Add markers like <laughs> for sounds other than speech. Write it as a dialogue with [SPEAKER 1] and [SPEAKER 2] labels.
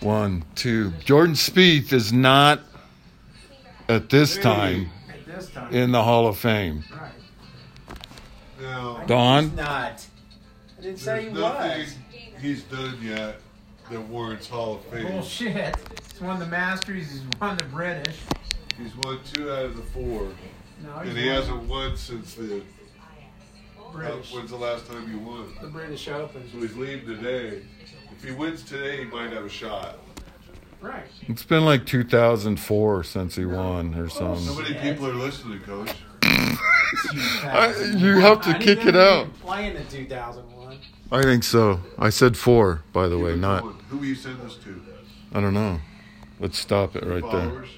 [SPEAKER 1] One, two. Jordan Spieth is not at this time
[SPEAKER 2] At this time.
[SPEAKER 1] in the Hall of Fame.
[SPEAKER 2] Right.
[SPEAKER 3] Now,
[SPEAKER 1] Don?
[SPEAKER 2] He's not. I didn't say he
[SPEAKER 3] there's nothing
[SPEAKER 2] was.
[SPEAKER 3] he's done yet that warrants Hall of
[SPEAKER 2] Oh,
[SPEAKER 3] Fame.
[SPEAKER 2] Bullshit. He's won the Masters. He's won the British.
[SPEAKER 3] He's won two out of the four,
[SPEAKER 2] No, he's
[SPEAKER 3] and he
[SPEAKER 2] won
[SPEAKER 3] hasn't won since the. uh,
[SPEAKER 2] the British.
[SPEAKER 3] When's the last time he won?
[SPEAKER 2] The British
[SPEAKER 3] So
[SPEAKER 2] Open.
[SPEAKER 3] he's leaving today. If he wins today, he might have a shot.
[SPEAKER 2] Right.
[SPEAKER 1] It's been like 2004 since he won or
[SPEAKER 3] How
[SPEAKER 1] something.
[SPEAKER 3] many people are listening, Coach?
[SPEAKER 1] <laughs> I- you have to
[SPEAKER 2] I didn't
[SPEAKER 1] kick it
[SPEAKER 2] even
[SPEAKER 1] out.
[SPEAKER 2] Play in the 2001.
[SPEAKER 1] I think so. I said four, by the way,
[SPEAKER 3] Who
[SPEAKER 1] not.
[SPEAKER 3] won? Who will you send this to?
[SPEAKER 1] I don't know. Let's stop it right there.
[SPEAKER 3] Followers?